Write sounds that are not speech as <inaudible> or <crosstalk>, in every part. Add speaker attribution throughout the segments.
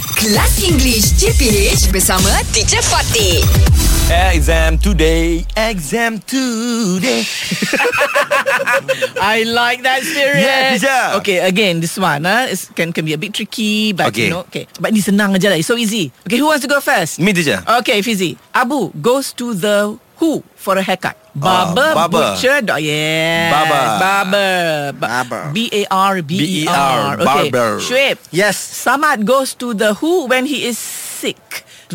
Speaker 1: Kelas English CPH bersama Teacher Fatih.
Speaker 2: Exam today, exam today.
Speaker 3: I like that spirit.
Speaker 2: Yeah, yeah.
Speaker 3: Okay, again, this one uh, is, can can be a bit tricky, but
Speaker 2: Okay.
Speaker 3: you know, okay. But ni senang aja lah. It's so easy. Okay, who wants to go first?
Speaker 2: Me teacher.
Speaker 3: Okay, Fizi. Abu goes to the who for a haircut.
Speaker 2: Ah,
Speaker 3: Barber,
Speaker 2: barber.
Speaker 3: butcher, do- yeah.
Speaker 2: Barber.
Speaker 3: Barber. Ba-
Speaker 4: Barber.
Speaker 3: B-A-R-B-E-R.
Speaker 2: B E R,
Speaker 3: Okay.
Speaker 2: barber.
Speaker 3: Shuib.
Speaker 4: Yes.
Speaker 3: Samad goes to the who when he is sick.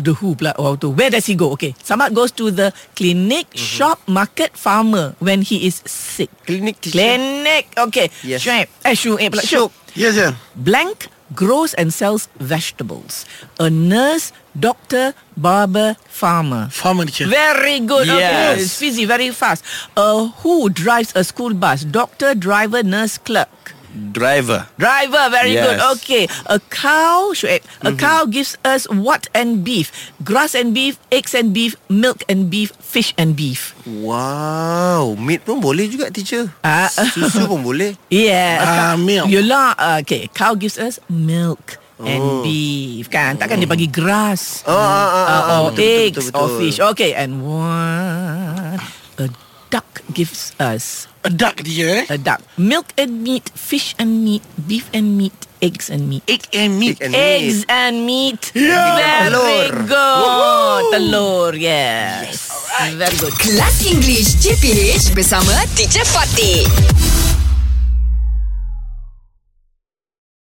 Speaker 3: To the who pula. Oh, to where does he go? Okay. Samad goes to the clinic,
Speaker 2: Mm-hmm.
Speaker 3: shop, market, farmer when he is sick.
Speaker 4: Klinik teacher.
Speaker 3: Clinic. Okay.
Speaker 4: Yes.
Speaker 3: Shuib. Eh, Shuib pula. Shuib.
Speaker 4: Yes, sir.
Speaker 3: Blank grows and sells vegetables. A nurse, doctor, barber, farmer.
Speaker 4: Farmer teacher.
Speaker 3: Very good. Okay.
Speaker 2: Yes.
Speaker 3: It's fizzy, very fast. Uh, who drives a school bus? Doctor, driver, nurse, clerk.
Speaker 2: Driver.
Speaker 3: Driver, very
Speaker 2: Yes.
Speaker 3: good. Okay. A cow, Shoaib, a cow gives us what and beef? Grass and beef, eggs and beef, milk and beef, fish and beef.
Speaker 4: Wow. Meat pun boleh juga teacher.
Speaker 3: Ah.
Speaker 4: Susu pun boleh.
Speaker 3: Yeah. a
Speaker 4: Ah,
Speaker 3: cow-
Speaker 4: milk.
Speaker 3: Yelah, uh, okay. Cow gives us milk and beef. Kan? Takkan dia bagi grass.
Speaker 4: Oh, <laughs> ah, ah, ah,
Speaker 3: uh, or
Speaker 4: betul, betul,
Speaker 3: eggs
Speaker 4: betul,
Speaker 3: or
Speaker 4: betul.
Speaker 3: fish. Okay, and what? A duck gives us
Speaker 5: A duck dia eh
Speaker 3: a duck. Milk and meat, fish and meat, beef and meat, eggs and meat.
Speaker 5: Egg and meat
Speaker 4: Egg and
Speaker 3: Eggs and meat.
Speaker 4: Yeah.
Speaker 3: Very
Speaker 4: Telur.
Speaker 3: good. Telur, yes. Very good.
Speaker 1: Kelas English CPH bersama Teacher Fatih.